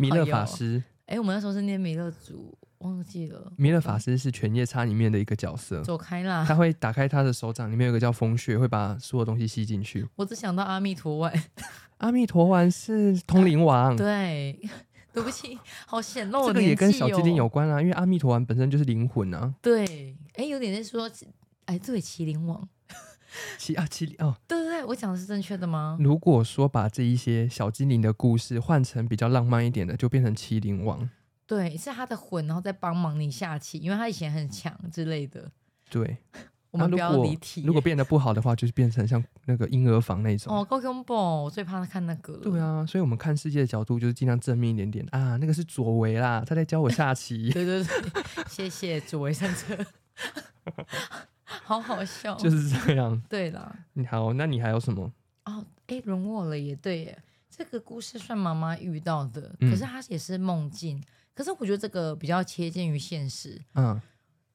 B: 弥勒
A: 哎呦
B: 法师，
A: 哎，我们那时候是念弥勒祖，忘记了，
B: 弥勒法师是《犬夜叉》里面的一个角色，
A: 走开啦！
B: 他会打开他的手掌，里面有个叫风穴，会把所有东西吸进去。
A: 我只想到阿弥陀丸，
B: 嗯阿弥陀丸是通灵 王，
A: 对， 对不起，好显露我的
B: 这个也
A: 年
B: 跟
A: 纪
B: 小
A: 哦
B: 精灵有关啊，因为阿弥陀丸本身就是灵魂啊。
A: 对，哎，有点在说，哎，对，麒麟王，
B: 其啊其哦，
A: 对对对，我讲的是正确的吗？
B: 如果说把这一些小精灵的故事换成比较浪漫一点的，就变成麒麟王。
A: 对，是他的魂，然后再帮忙你下棋，因为他以前很强之类的。
B: 对，
A: 我们
B: 啊
A: 不要
B: 如果
A: 离题。
B: 如果变得不好的话，就是变成像那个婴儿房那 种。
A: 哦，够恐怖，我最怕看那个了。
B: 对啊，所以我们看世界的角度就是尽量正面一点点啊。那个是左维啦，他在教我下棋，
A: 对对对，谢谢主维上车， 好好笑。
B: 就是这样。
A: 对啦，
B: 你好，那你还有什么？
A: 哦，哎，轮我了也对耶。这个故事算妈妈遇到的，
B: 嗯
A: 可是她也是梦境。可是我觉得这个比较贴近于现实，
B: 嗯，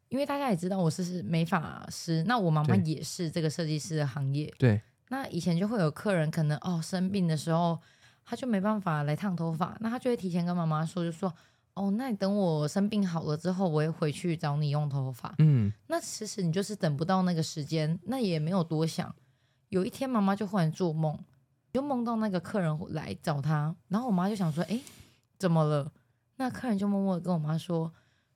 A: 因为大家也知道我是美发师，那我妈妈
B: 对
A: 也是这个设计师的行业。
B: 对，
A: 那以前就会有客人可能哦生病的时候，他就没办法来烫头发，那他就会提前跟妈妈说，就说哦，那你等我生病好了之后，我会回去找你用头发。
B: 嗯，
A: 那其实你就是等不到那个时间，那也没有多想。有一天，妈妈就忽然做梦，就梦到那个客人来找她，然后我妈就想说：“诶，怎么了？”那客人就默默地跟我妈说：“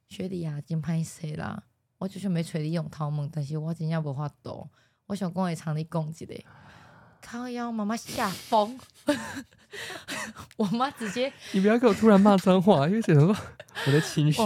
A: 学弟啊，今拍谁啦？我就是没找你用头毛，但是我真正无法度，我想讲会厂里讲一下。”靠腰，妈妈吓疯， 我妈直接，
B: 你不要给我突然骂脏话，因为想说 我的情绪
A: 哇，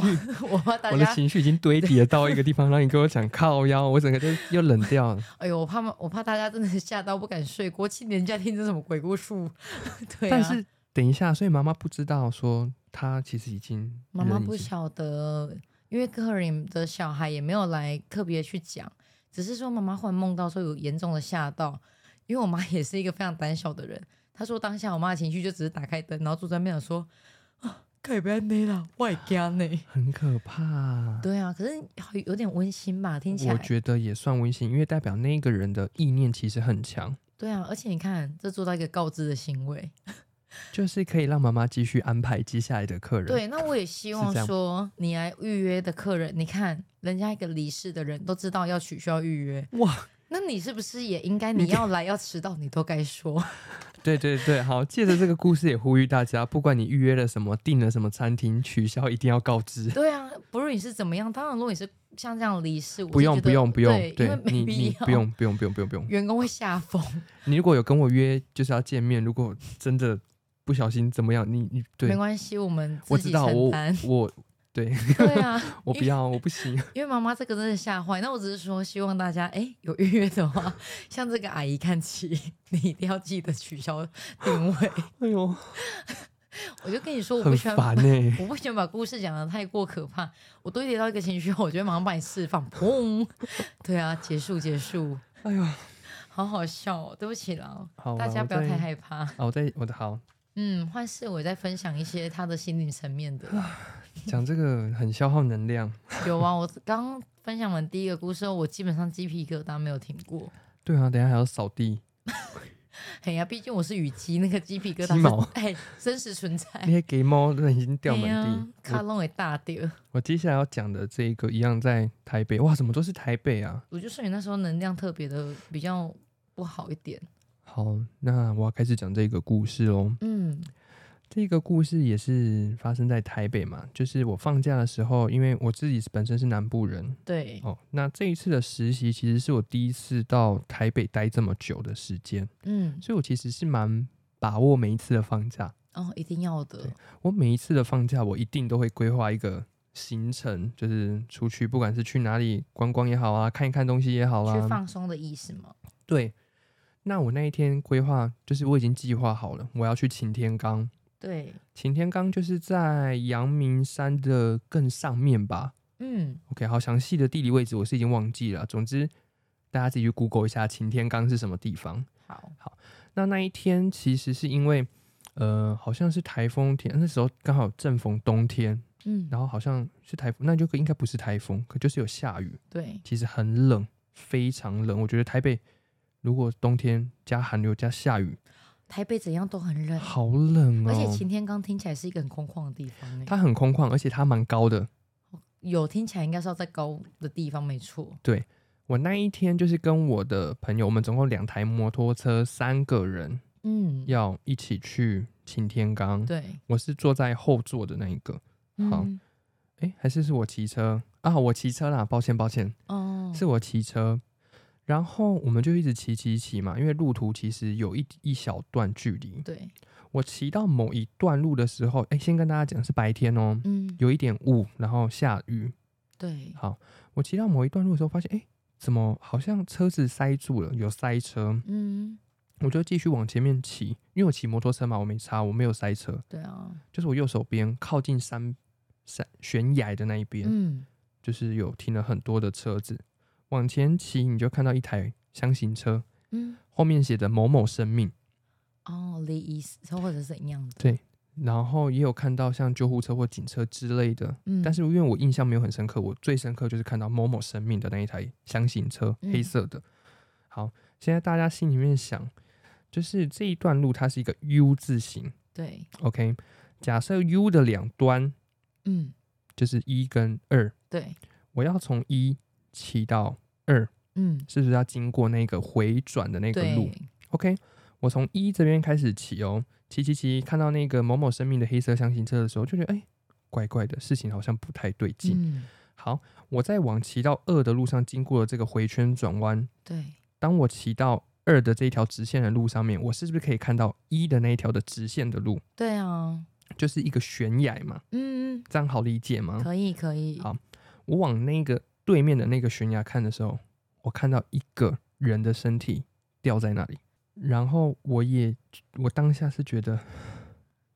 A: 我妈大
B: 我的
A: 家
B: 情绪已经堆叠到一个地方，让你跟我讲靠腰，我整个就又冷掉了。
A: 哎呦，我怕我怕大家真的吓到不敢睡。国庆年假听这什么鬼故事？ 对、啊，
B: 但是等一下，所以妈妈不知道说她其实已经
A: 妈妈
B: 人已
A: 不
B: 经
A: 晓得，因为客人的小孩也没有来特别去讲，只是说妈妈忽然梦到说有严重的吓到，因为我妈也是一个非常胆小的人。她说当下我妈的情绪就只是打开灯，然后坐在那边想说啊，该不要内啦，我也惊呢。
B: 很可怕。
A: 对啊，可是好有点温馨吧，听起
B: 我
A: 来。
B: 觉得也算温馨，因为代表那个人的意念其实很强，
A: 对啊，而且你看，这做到一个告知的行为。
B: 就是可以让妈妈继续安排接下来的客人。，
A: 对，那我也希望
B: 这样
A: 说，你来预约的客人，你看人家一个离世的人都知道要取消预约，
B: 哇，
A: 那你是不是也应该你要来要迟到你都该说？
B: 对对对，好，借着这个故事也呼吁大家，不管你预约了什么，订了什么餐厅，取消一定要告知。
A: 对啊，不论你是怎么样，当然如果你是像这样离世，我是
B: 不用
A: 觉
B: 不
A: 得
B: 用不用，
A: 对，因为
B: 对你
A: 没
B: 你
A: 必要，
B: 不用不用不用不用不用。
A: 员工会吓疯。
B: 你如果有跟我约就是要见面，如果真的不小心怎么样，你你
A: 没
B: 对，
A: 关系，我们
B: 我
A: 自
B: 知
A: 己
B: 道
A: 承
B: 我
A: 担。
B: 我对
A: 对啊，
B: 我不要我不行，
A: 因为妈妈这个真的吓坏。那我只是说，希望大家哎有预约的话，像这个阿姨看齐，你一定要记得取消定位。
B: 哎呦，
A: 我就跟你说，我不
B: 很
A: 喜欢
B: 烦哎、
A: 我不喜欢把故事讲的太过可怕，我堆叠到一个情绪后，我就会马上把你释放，砰！ 对啊，结束结束，
B: 哎呦，
A: 好好笑、哦，对不起啦，
B: 好啊，
A: 大家
B: 我
A: 不要
B: 再
A: 太害怕。
B: 哦，我在我的好
A: 嗯，幻视我也在分享一些他的心灵层面的啦，
B: 讲这个很消耗能量。
A: 有啊，我刚分享完第一个故事后，我基本上鸡皮疙瘩没有停过。
B: 对啊，等一下还要扫地，
A: 哎呀，毕竟我是雨姬，那个鸡皮疙瘩
B: 鸡毛
A: 是哎真实存在，
B: 那些给猫都已经 掉满
A: 哎
B: 地
A: 呀。卡弄也大掉。
B: 我我接下来要讲的这一个一样在台北，哇，怎么都是台北啊？
A: 我就说你那时候能量特别的比较不好一点，
B: 好，那我要开始讲这个故事喽。
A: 嗯，
B: 这个故事也是发生在台北嘛，就是我放假的时候，因为我自己本身是南部人
A: 对，
B: 哦，那这一次的实习其实是我第一次到台北待这么久的时间，
A: 嗯，
B: 所以我其实是蛮把握每一次的放假。
A: 哦，一定要的
B: 对，我每一次的放假，我一定都会规划一个行程，就是出去，不管是去哪里观光也好啊，看一看东西也好
A: 去
B: 啊。
A: 放松的意思吗？
B: 对，那我那一天规划就是我已经计划好了，我要去擎天岗，
A: 对，
B: 擎天岗就是在阳明山的更上面吧
A: 嗯，
B: ？OK，好详细的地理位置我是已经忘记了，总之大家自己去 Google 一下擎天岗是什么地方。
A: 好，
B: 那那一天其实是因为，呃，好像是台风天，那时候刚好正逢冬天，
A: 嗯，
B: 然后好像是台风，那就应该不是台风，可就是有下雨，
A: 对，
B: 其实很冷，非常冷。我觉得台北如果冬天加寒流加下雨，
A: 台北怎样都很冷，
B: 好冷
A: 嗯而且
B: 哦。
A: 擎天岗听起来是一个很空旷的地方、欸，
B: 它很空旷，而且它蛮高的。
A: 有听起来应该是要在高的地方，没错，
B: 我那一天就是跟我的朋友，我们总共两台摩托车，三个人
A: 嗯，
B: 要一起去擎天岗。
A: 对，
B: 我是坐在后座的那一个，好
A: 嗯
B: 诶，还是是我骑车啊？我骑车啦，抱歉抱歉，
A: 哦，
B: 是我骑车。然后我们就一直骑骑骑嘛，因为路途其实有一一小段距离。
A: 对，
B: 我骑到某一段路的时候，诶，先跟大家讲是白天哦，
A: 嗯，
B: 有一点雾，然后下雨。
A: 对，
B: 好，我骑到某一段路的时候，发现诶，怎么好像车子塞住了，有塞车。
A: 嗯，
B: 我就继续往前面骑，因为我骑摩托车嘛，我没擦，我没有塞车，
A: 对啊，
B: 就是我右手边靠近山山悬崖的那一边，
A: 嗯，
B: 就是有停了很多的车子，往前骑你就看到一台箱型车，
A: 嗯，
B: 后面写着某某生命，
A: 哦，离异或者是怎样的，
B: 然后也有看到像救护车或警车之类的，
A: 嗯，
B: 但是因为我印象没有很深刻，我最深刻就是看到某某生命的那一台箱型车，
A: 嗯
B: 黑色的。好，现在大家心里面想，就是这一段路它是一个 U 字形
A: 对，
B: ，OK，假设 U 的两端
A: 嗯，
B: 就是一跟二，
A: 对，
B: 我要从一骑到，
A: 嗯，
B: 是不是要经过那个回转的那个
A: 对，
B: 路？OK，我从一这边开始骑哦，骑骑骑，看到那个某某生命的黑色箱型车的时候，就觉得哎、怪怪的，事情好像不太对劲。
A: 嗯，
B: 好，我在往骑到二的路上经过了这个回圈转弯，
A: 对，
B: 当我骑到二的这一条直线的路上面，我是不是可以看到一的那一条的直线的路，
A: 对啊，
B: 就是一个悬崖嘛？
A: 嗯，
B: 这样好理解吗？
A: 可以，可以，
B: 好我往那个对面的那个悬崖看的时候，我看到一个人的身体掉在那里，然后我也我当下是觉得，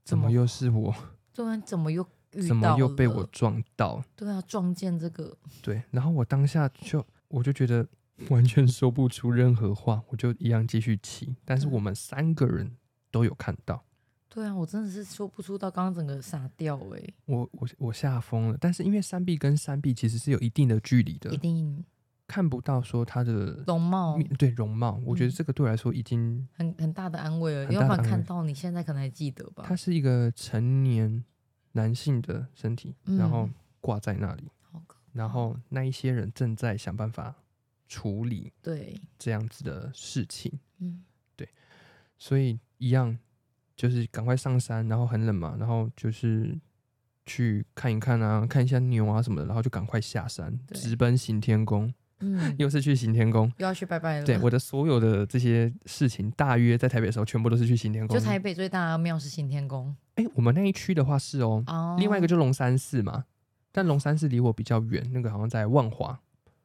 B: 怎么
A: 么
B: 又是我？
A: 突然啊怎么又遇
B: 怎么
A: 到
B: 又被我
A: 了
B: 撞到？
A: 对啊，撞见这个，
B: 对，然后我当下就我就觉得完全说不出任何话，我就一样继续骑。但是
A: 嗯
B: 我们三个人都有看到，
A: 对啊，我真的是说不出到刚刚整个傻掉哎、
B: 我我我吓疯了。但是因为山壁跟山壁其实是有一定的距离
A: 一
B: 的，
A: 定
B: 看不到说他的
A: 容貌
B: 面对容貌，我觉得
A: 嗯
B: 这个对我来说已经，
A: 很很大的安慰了，
B: 很
A: 要
B: 大
A: 不
B: 的
A: 然
B: 安
A: 看
B: 慰
A: 到你现在可能还记得吧
B: 他，是一个成年男性的身体，然后
A: 嗯
B: 挂在那里，
A: 好可
B: 然后那一些人正在想办法处理
A: 对，
B: 这样子的事情。
A: 嗯
B: 所以一样就是赶快上山，然后很冷嘛，然后就是去看一看啊，看一下牛啊什么的，然后就赶快下山，
A: 对
B: 直奔行天宫。
A: 嗯，又
B: 又是去行天宫，
A: 要去拜拜了，
B: 对我的所有的这些事情，大约在台北的时候，全部都是去行天宫。
A: 就台北最大的庙是行天宫
B: 哎、我们那一区的话是哦，
A: 哦，
B: 另外一个就龙山寺嘛，但龙山寺离我比较远，那个好像在万华。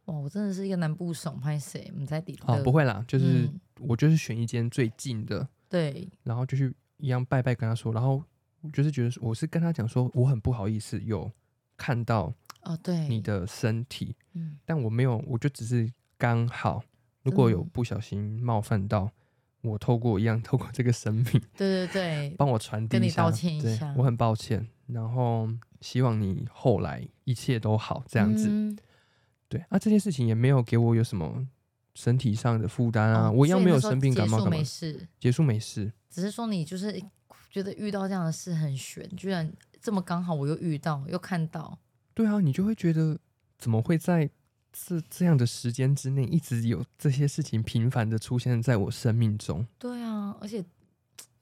A: 哇，我真的是一个南部怂，拍谁？我们在底
B: 哦，不
A: 会，
B: 会啦，就是、
A: 嗯
B: 我就是选一间最近的，
A: 对，
B: 然后就去一样拜拜跟他说，然后我就是觉得我是跟他讲说我很不好意思有看到
A: 哦对，
B: 你的身体，
A: 嗯
B: 但我没有，我就只是刚好如果有
A: 嗯
B: 不小心冒犯到。我透过一样，透过这个生命
A: 对对对，
B: 帮我传递
A: 跟
B: 一
A: 你
B: 下，
A: 道歉一
B: 对
A: 下
B: 我很抱歉。然后希望你后来一切都好，这样子。
A: 嗯
B: 对啊，这件事情也没有给我有什么身体上的负担啊，
A: 哦
B: 我一样
A: 所以
B: 没
A: 那
B: 有
A: 时候
B: 生病感
A: 结
B: 冒
A: 束
B: 干嘛
A: 没，事，
B: 结束没事。
A: 只是说你就是觉得遇到这样的事很悬，居然这么刚好我又遇到又看到，
B: 对啊，你就会觉得怎么会在这这样的时间之内，一直有这些事情频繁的出现在我生命中？
A: 对啊，而且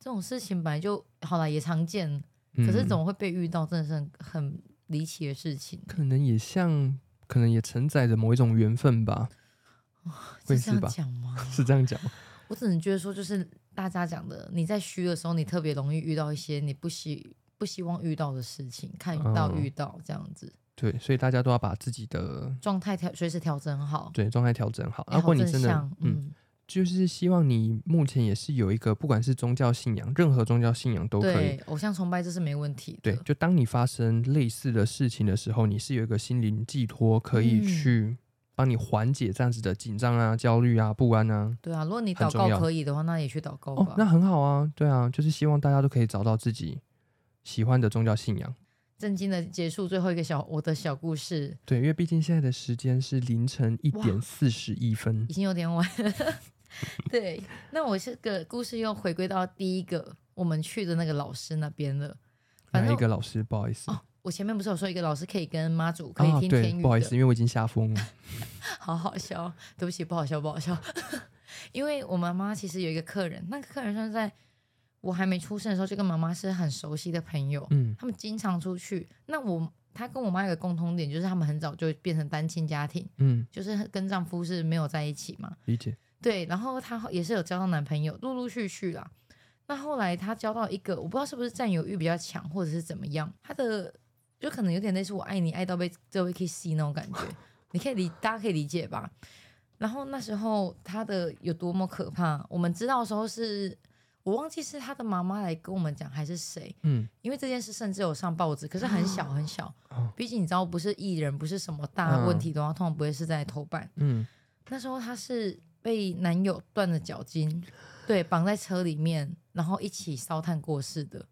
A: 这种事情本来就好了，也常见，
B: 嗯、
A: 可是怎么会被遇到，真的是很很离奇的事情，
B: 可能也像，可能也承载着某一种缘分吧， 会
A: 是这
B: 是
A: 样
B: 吧
A: 讲吗？
B: 是这样讲吗。
A: 我只能觉得说，就是大家讲的，你在虚的时候，你特别容易遇到一些你不希不希望遇到的事情，看到
B: 嗯
A: 遇到这样子，
B: 对，所以大家都要把自己的
A: 状态调随时调整好。
B: 对状态调整好。
A: 哎
B: 啊如果你
A: 好
B: 真
A: 正
B: 的
A: 向，
B: 嗯，
A: 嗯，
B: 就是希望你目前也是有一个，不管是宗教信仰，任何宗教信仰都可以。
A: 对，偶像崇拜这是没问题的。
B: 对，就当你发生类似的事情的时候，你是有一个心灵寄托，可以
A: 嗯
B: 去帮你缓解这样子的紧张啊、焦虑啊、不安啊。
A: 对啊，如果你
B: 很
A: 祷
B: 重
A: 告
B: 要
A: 可以的话，那也去祷告吧。
B: 哦，那很好啊，对啊，就是希望大家都可以找到自己喜欢的宗教信仰。
A: 震惊的结束最后一个小我的小故事，
B: 对，因为毕竟现在的时间是凌晨一点四十一分
A: 已。经有点晚了。 对，那我这个故事又回归到第一个我们去的那个老师那边了。反
B: 哪
A: 正
B: 一个老师？不好意思，
A: 哦我前面不是有说一个老师可以跟妈祖可以
B: 啊，
A: 听
B: 对
A: 天，语
B: 不好意
A: 的，
B: 思，因为我已经吓 疯了。
A: 好好笑，哦对不起，不好笑，不好笑。 因为我妈妈其实有一个客人，那个客人算是在我还没出生的时候就跟妈妈是很熟悉的朋友，
B: 嗯，
A: 他们经常出去。那我她跟我妈有个共通点，就是他们很早就变成单亲家庭，
B: 嗯，
A: 就是跟丈夫是没有在一起嘛。
B: 理解。
A: 对，然后她也是有交到男朋友，陆陆续续啦。那后来她交到一个，我不知道是不是占有欲比较强，或者是怎么样，她的就可能有点类似我爱你爱到被这位 kiss 那种感觉，你可以理，大家可以理解吧。然后那时候她的有多么可怕，我们知道的时候是我忘记是她的妈妈来跟我们讲还是谁，
B: 嗯，
A: 因为这件事甚至有上报纸，可是很小很小
B: 哦，
A: 毕竟你知道不是艺人，不是什么大问题的话，通常不会是在头版。
B: 嗯，
A: 那时候她是被男友断了脚筋，对，绑在车里面，然后一起烧炭过世的，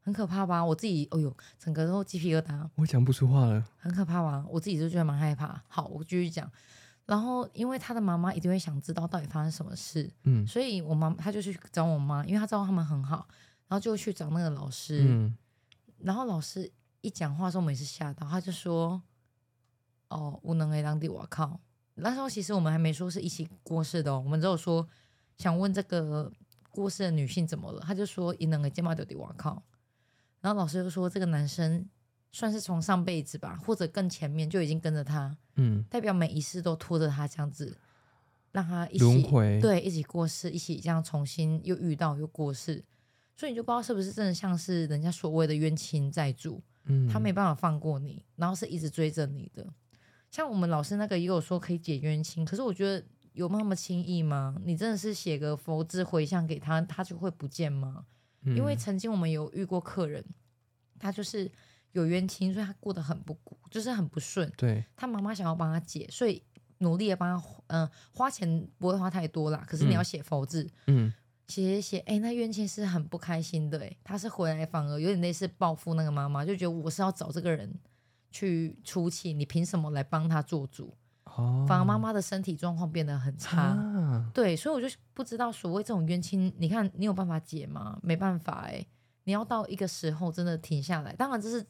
A: 很可怕吧？我自己，哎呦，整个都鸡皮疙瘩，
B: 我讲不出话了。
A: 很可怕吧？我自己就觉得蛮害怕。好，我继续讲。然后，因为她的妈妈一定会想知道到底发生什么事，
B: 嗯
A: 所以我妈她就去找我妈，因为她知道他们很好，然后就去找那个老师。
B: 嗯，
A: 然后老师一讲话的时候，我们也是吓到，他就说：“哦，无能为当地我靠。”那时候其实我们还没说是一起过世的、哦，我们只有说想问这个过世的女性怎么了，他就说：“一能为肩膀丢地我靠。”然后老师就说：“这个男生算是从上辈子吧，或者更前面就已经跟着他，
B: 嗯，
A: 代表每一世都拖着他这样子，让他一起
B: 轮回。
A: 对，一起过世，一起这样重新又遇到又过世，所以你就不知道是不是真的像是人家所谓的冤亲债主，
B: 嗯，
A: 他没办法放过你，然后是一直追着你的。像我们老师那个也有说可以解冤亲，可是我觉得有那么轻易吗？你真的是写个佛字回向给他，他就会不见吗？
B: 嗯，
A: 因为曾经我们有遇过客人，他就是有冤亲，所以他过得很不顾，就是很不顺。
B: 对，
A: 他妈妈想要帮他解，所以努力的帮他，嗯、花钱不会花太多啦。可是你要写佛字，
B: 嗯
A: 写写写，哎、那冤亲是很不开心的、哎，他是回来反而有点类似报复那个妈妈，就觉得我是要找这个人去出气，你凭什么来帮他做主？
B: 哦，
A: 反而妈妈的身体状况变得很差。
B: 啊，
A: 对，所以我就不知道所谓这种冤亲，你看你有办法解吗？没办法哎、你要到一个时候真的停下来。当然这是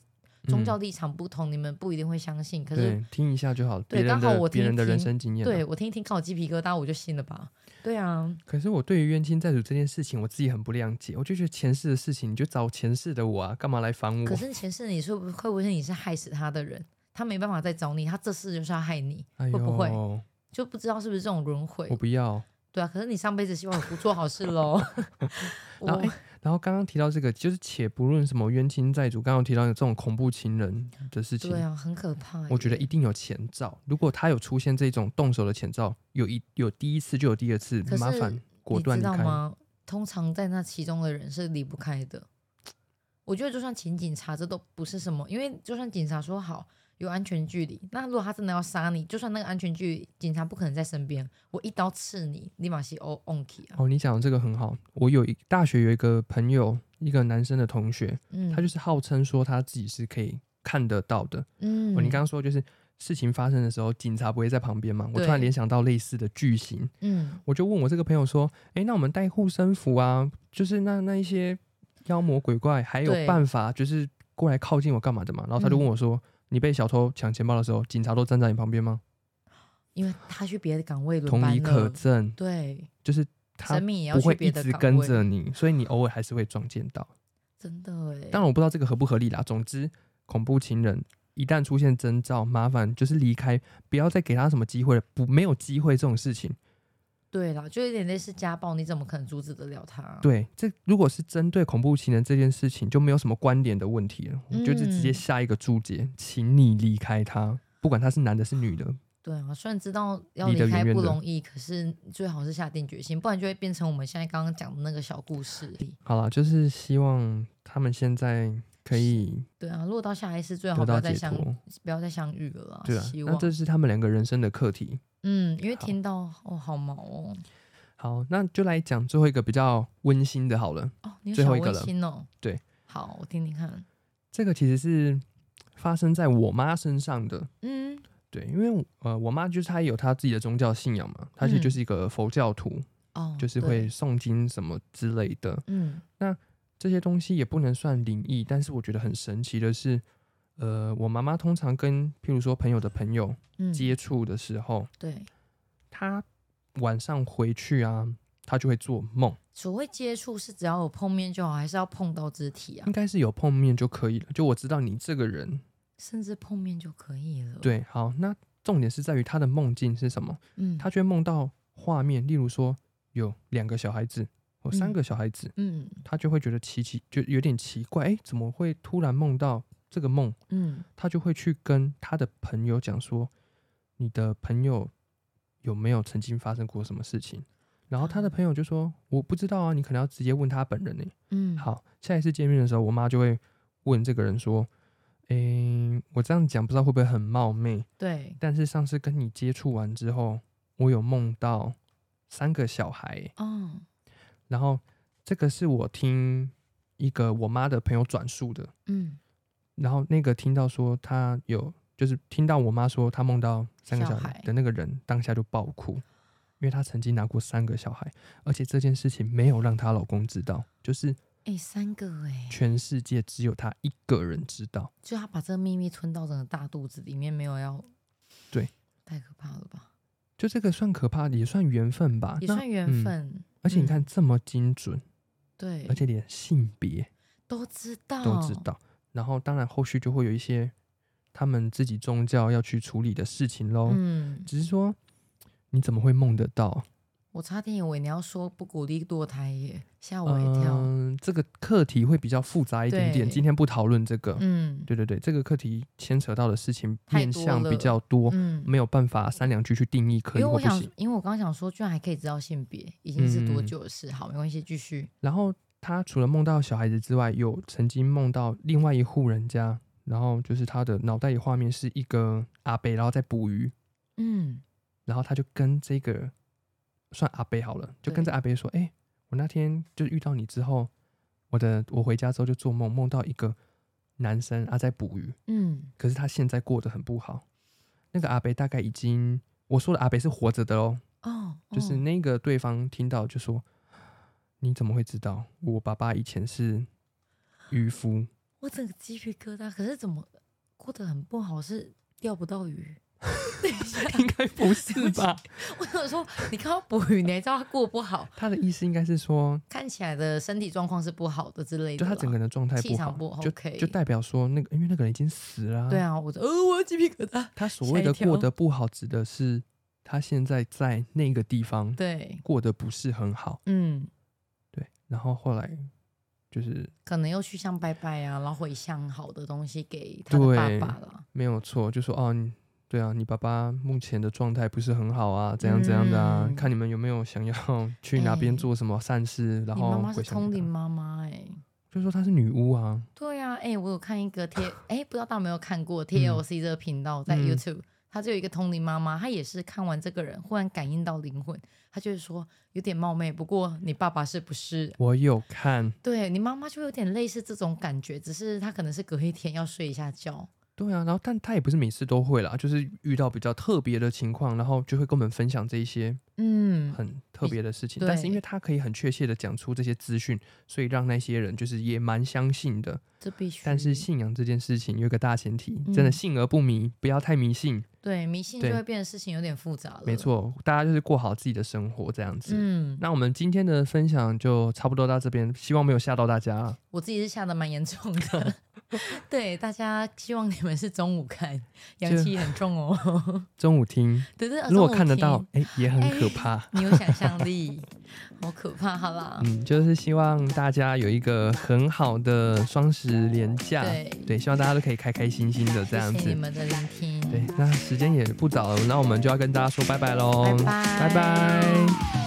A: 宗教立场不同，你们不一定会相信，可是
B: 对，听一下就好。
A: 对
B: 别人
A: 刚好我
B: 的别
A: 听
B: 人的人
A: 听
B: 生经验啊，
A: 对我听一听，看我鸡皮疙瘩，我就信了吧。对啊，
B: 可是我对于冤亲债主这件事情，我自己很不谅解。我就觉得前世的事情，你就找前世的我啊，干嘛来烦
A: 可
B: 我？
A: 是前世你是不会不会是你是害死他的人，他没办法再找你，他这次就是要害你，
B: 哎
A: 会
B: 呦，
A: 不会就不知道是不是这种轮回
B: 我。不要。
A: 对啊，可是你上辈子希望我不做好事喽。
B: 然后哎
A: 我
B: 然后刚刚提到这个，就是且不论什么冤亲债主，刚刚提到有这种恐怖情人的事情，
A: 对啊，很可怕耶。
B: 我觉得一定有前兆。如果他有出现这种动手的前兆，有一有第一次就有第二次
A: 可，是
B: 麻烦果断
A: 你
B: 离
A: 知道
B: 开。
A: 吗？通常在那其中的人是离不开的。我觉得就算请警察，这都不是什么，因为就算警察说好有安全距离，那如果他真的要杀你，就算那个安全距离，警察不可能在身边，我一刀刺你，立马是 O on k 啊，
B: 哦，你讲的这个很好。我有一大学有一个朋友，一个男生的同学，
A: 嗯，
B: 他就是号称说他自己是可以看得到的。
A: 嗯，
B: 哦，你刚刚说就是事情发生的时候，警察不会在旁边嘛？我
A: 对
B: 突然联想到类似的剧情，
A: 嗯，
B: 我就问我这个朋友说：“诶，那我们带护身符啊，就是那那一些妖魔鬼怪还有
A: 对嗯
B: 办法，就是过来靠近我干嘛的嘛？”然后他就问我说：“你被小偷抢钱包的时候，警察都站在你旁边吗
A: 因为他去别的岗位？”轮
B: 同
A: 班
B: 理可
A: 了，
B: 证，
A: 对，
B: 就是他
A: 神明也要
B: 不
A: 去
B: 会
A: 别
B: 一
A: 的
B: 直
A: 岗
B: 跟
A: 位，
B: 着你，所以你偶尔还是会撞见到。
A: 真的哎，
B: 当然我不知道这个合不合理啦。总之，恐怖情人一旦出现征兆，麻烦就是离开，不要再给他什么机会了。不，没有机会这种事情。
A: 对啦，就有点类似家暴，你怎么可能阻止得了他？啊
B: 对，这如果是针对恐怖情人这件事情，就没有什么观点的问题了，我们就是直接
A: 嗯
B: 下一个注解，请你离开他，不管他是男的是女的，
A: 对啊，虽然知道要
B: 离
A: 离
B: 得
A: 开
B: 远远
A: 不
B: 的
A: 容易，可是最好是下定决心，不然就会变成我们现在刚刚讲的那个小故事。
B: 好了，就是希望他们现在可以
A: 对啊，落到下一次最好
B: 得
A: 不
B: 到
A: 要再
B: 解
A: 相
B: 脱，
A: 不要再相遇了啦。
B: 对啊
A: 希，
B: 那
A: 望
B: 这是他们两个人生的课题。
A: 嗯，因为
B: 好
A: 听到哦，好毛哦，
B: 好，那就来讲最后一个比较温馨的，好了。
A: 哦，你有
B: 最
A: 小
B: 后一个
A: 温
B: 了
A: 馨哦。
B: 对，
A: 好，我听听看。
B: 这个其实是发生在我妈身上的。
A: 嗯
B: 对，因为呃，我妈就是她也有她自己的宗教信仰嘛，她其实
A: 嗯
B: 就是一个佛教徒，
A: 哦，
B: 就是
A: 对
B: 会诵经什么之类的。
A: 嗯
B: 这些东西也不能算灵异，但是我觉得很神奇的是，呃，我妈妈通常跟譬如说朋友的朋友
A: 嗯
B: 接触的时候，
A: 对，
B: 她晚上回去啊，她就会做梦，
A: 所谓接触是只要有碰面就好，还是要碰到肢体啊
B: 应？该是有碰面就可以了。就我知道你这个人，
A: 甚至碰面就可以了。，
B: 对，好，那重点是在于她的梦境是什么。
A: 嗯，
B: 他就会梦到画面，例如说有两个小孩子或三个小孩子，
A: 嗯
B: 他就会觉得奇奇，就有点奇怪，哎，怎么会突然梦到这个梦？
A: 嗯
B: 他就会去跟他的朋友讲说，你的朋友有没有曾经发生过什么事情？然后他的朋友就说：“我不知道啊，你可能要直接问他本人呢。欸
A: 嗯，，
B: 好，下一次见面的时候，我妈就会问这个人说：“诶，我这样讲不知道会不会很冒昧？
A: 对，
B: 但是上次跟你接触完之后，我有梦到三个小孩，
A: 哦，
B: 然后这个是我听一个我妈的朋友转述的，
A: 嗯，
B: 然后那个听到说她有，就是听到我妈说她梦到三个小
A: 小
B: 孩
A: 孩
B: 的那个人，当下就爆哭，因为她曾经拿过三个小孩，而且这件事情没有让她老公知道，就是
A: 哎，三个哎，
B: 全世界只有她一个人知道。
A: 就他把这个秘密吞到整个大肚子里面，没有要，
B: 对，
A: 太可怕了吧？
B: 就这个算可怕，也算缘分吧，
A: 也
B: 那
A: 算缘、
B: 嗯
A: 分，
B: 而且你看
A: 嗯
B: 这么精准，
A: 对
B: 而，且连性别。
A: 都知道，
B: 都知，道。然后当然后续就会有一些他们自己宗教要去处理的事情喽。
A: 嗯，
B: 只是说你怎么会梦得到？
A: 我差点以为你要说不鼓励堕胎耶，吓
B: 嗯、
A: 哦我一跳，
B: 这个课题会比较复杂一点点，
A: 对
B: 今天不讨论这个。
A: 嗯
B: 对对对，这个课题牵扯到的事情
A: 太
B: 面
A: 多
B: 向比
A: 了
B: 较多，
A: 嗯，
B: 没有办法三两句去定义可
A: 因
B: 以
A: 为
B: 或
A: 我
B: 不
A: 想
B: 行。，
A: 因为我刚刚想说，居然还可以知道性别，已经是多
B: 嗯
A: 久的事？好，没关系，继续。
B: 然后他除了梦到小孩子之外，有曾经梦到另外一户人家，然后就是他的脑袋里画面是一个阿伯，然后在捕鱼，
A: 嗯，
B: 然后他就跟这个算阿伯好了，就跟
A: 对
B: 这阿伯说：“哎、我那天就遇到你之后，我的我回家之后就做梦，梦到一个男生啊在捕鱼，
A: 嗯，
B: 可是他现在过得很不好。那个阿伯大概已经，我说的阿伯是活着的哦，
A: 哦，
B: 就是
A: 哦
B: 那个对方听到就说：你怎么会知道我爸爸以前是渔夫？
A: 我整个鸡皮疙瘩，可是怎么过得很不好，是钓不到鱼。
B: 应该不是
A: 对不起
B: 吧？
A: 我想说，你看到捕鱼，你还知道他过不好，
B: 他的意思应该是说，
A: 看起来的身体状况是不好的之类的
B: 就
A: 啦。
B: 他整个人的状态
A: 气
B: 不好，
A: 场不好
B: 就
A: OK
B: 就代表说那个，因为那个人已经死了、
A: 对，啊，我就呃，我有鸡皮疙 瘩。
B: 他所谓
A: 吓
B: 的
A: 一跳哦
B: 过得不好，指的是他现在在那个地方
A: 对，
B: 过得不是很好。
A: 嗯，
B: 对，然后后来就是
A: 可能又去像拜拜啊，然后回向好的东西给他的爸
B: 对
A: 爸了。
B: 没有错，就说哦，你对啊，你爸爸目前的状态不是很好啊，怎样怎样的啊，
A: 嗯
B: 看你们有没有想 要去哪边
A: 哎
B: 做什么善事，然
A: 你
B: 后
A: 妈妈是
B: 回想
A: 通
B: 给
A: 灵
B: 他
A: 妈妈哎、
B: 就说她是女巫啊，
A: 对啊，哎、我有看一个 贴，哎、不知道大家有没有看过 TLC 这个频道在
B: 嗯
A: YouTube，、他就有一个通灵妈妈，她也是看完这个人，忽然感应到灵魂，她就是说有点冒昧，不过你爸爸是不是？
B: 我有看，
A: 对你妈妈就有点类似这种感觉，只是她可能是隔一天要睡一下觉，
B: 对啊，然后但她也不是每次都会啦，就是遇到比较特别的情况，然后就会跟我们分享这一些
A: 嗯，
B: 很特别的事情，
A: 对
B: 但是因为他可以很确切的讲出这些资讯，所以让那些人就是也蛮相信的。
A: 这必须。
B: 但是信仰这件事情有一个大前提，
A: 嗯
B: 真的信而不迷，不要太迷信。
A: 对迷信就
B: 对
A: 会变得事情有点复杂了，
B: 没，错，大家就是过好自己的生活这样子。
A: 呃嗯，
B: 那我们今天的分享就差不多到这边，希望没有吓到大家啊。
A: 我自己是吓得蛮严重的，对，大家希望你们是中午看，阳气很重 哦。
B: 中午听，
A: 对对，
B: 如果
A: 呃中午
B: 看得
A: 听
B: 到，，哎、也很可怕。
A: 你有想象力，好可怕，好啦。
B: 嗯，就是希望大家有一个很好的双十连假，
A: 对
B: 希望大家都可以开开心心的这样
A: 谢谢你
B: 子。
A: 们的聆听，
B: 对，那时间也不早了，那我们就要跟大家说拜拜喽，
A: 拜拜
B: 拜拜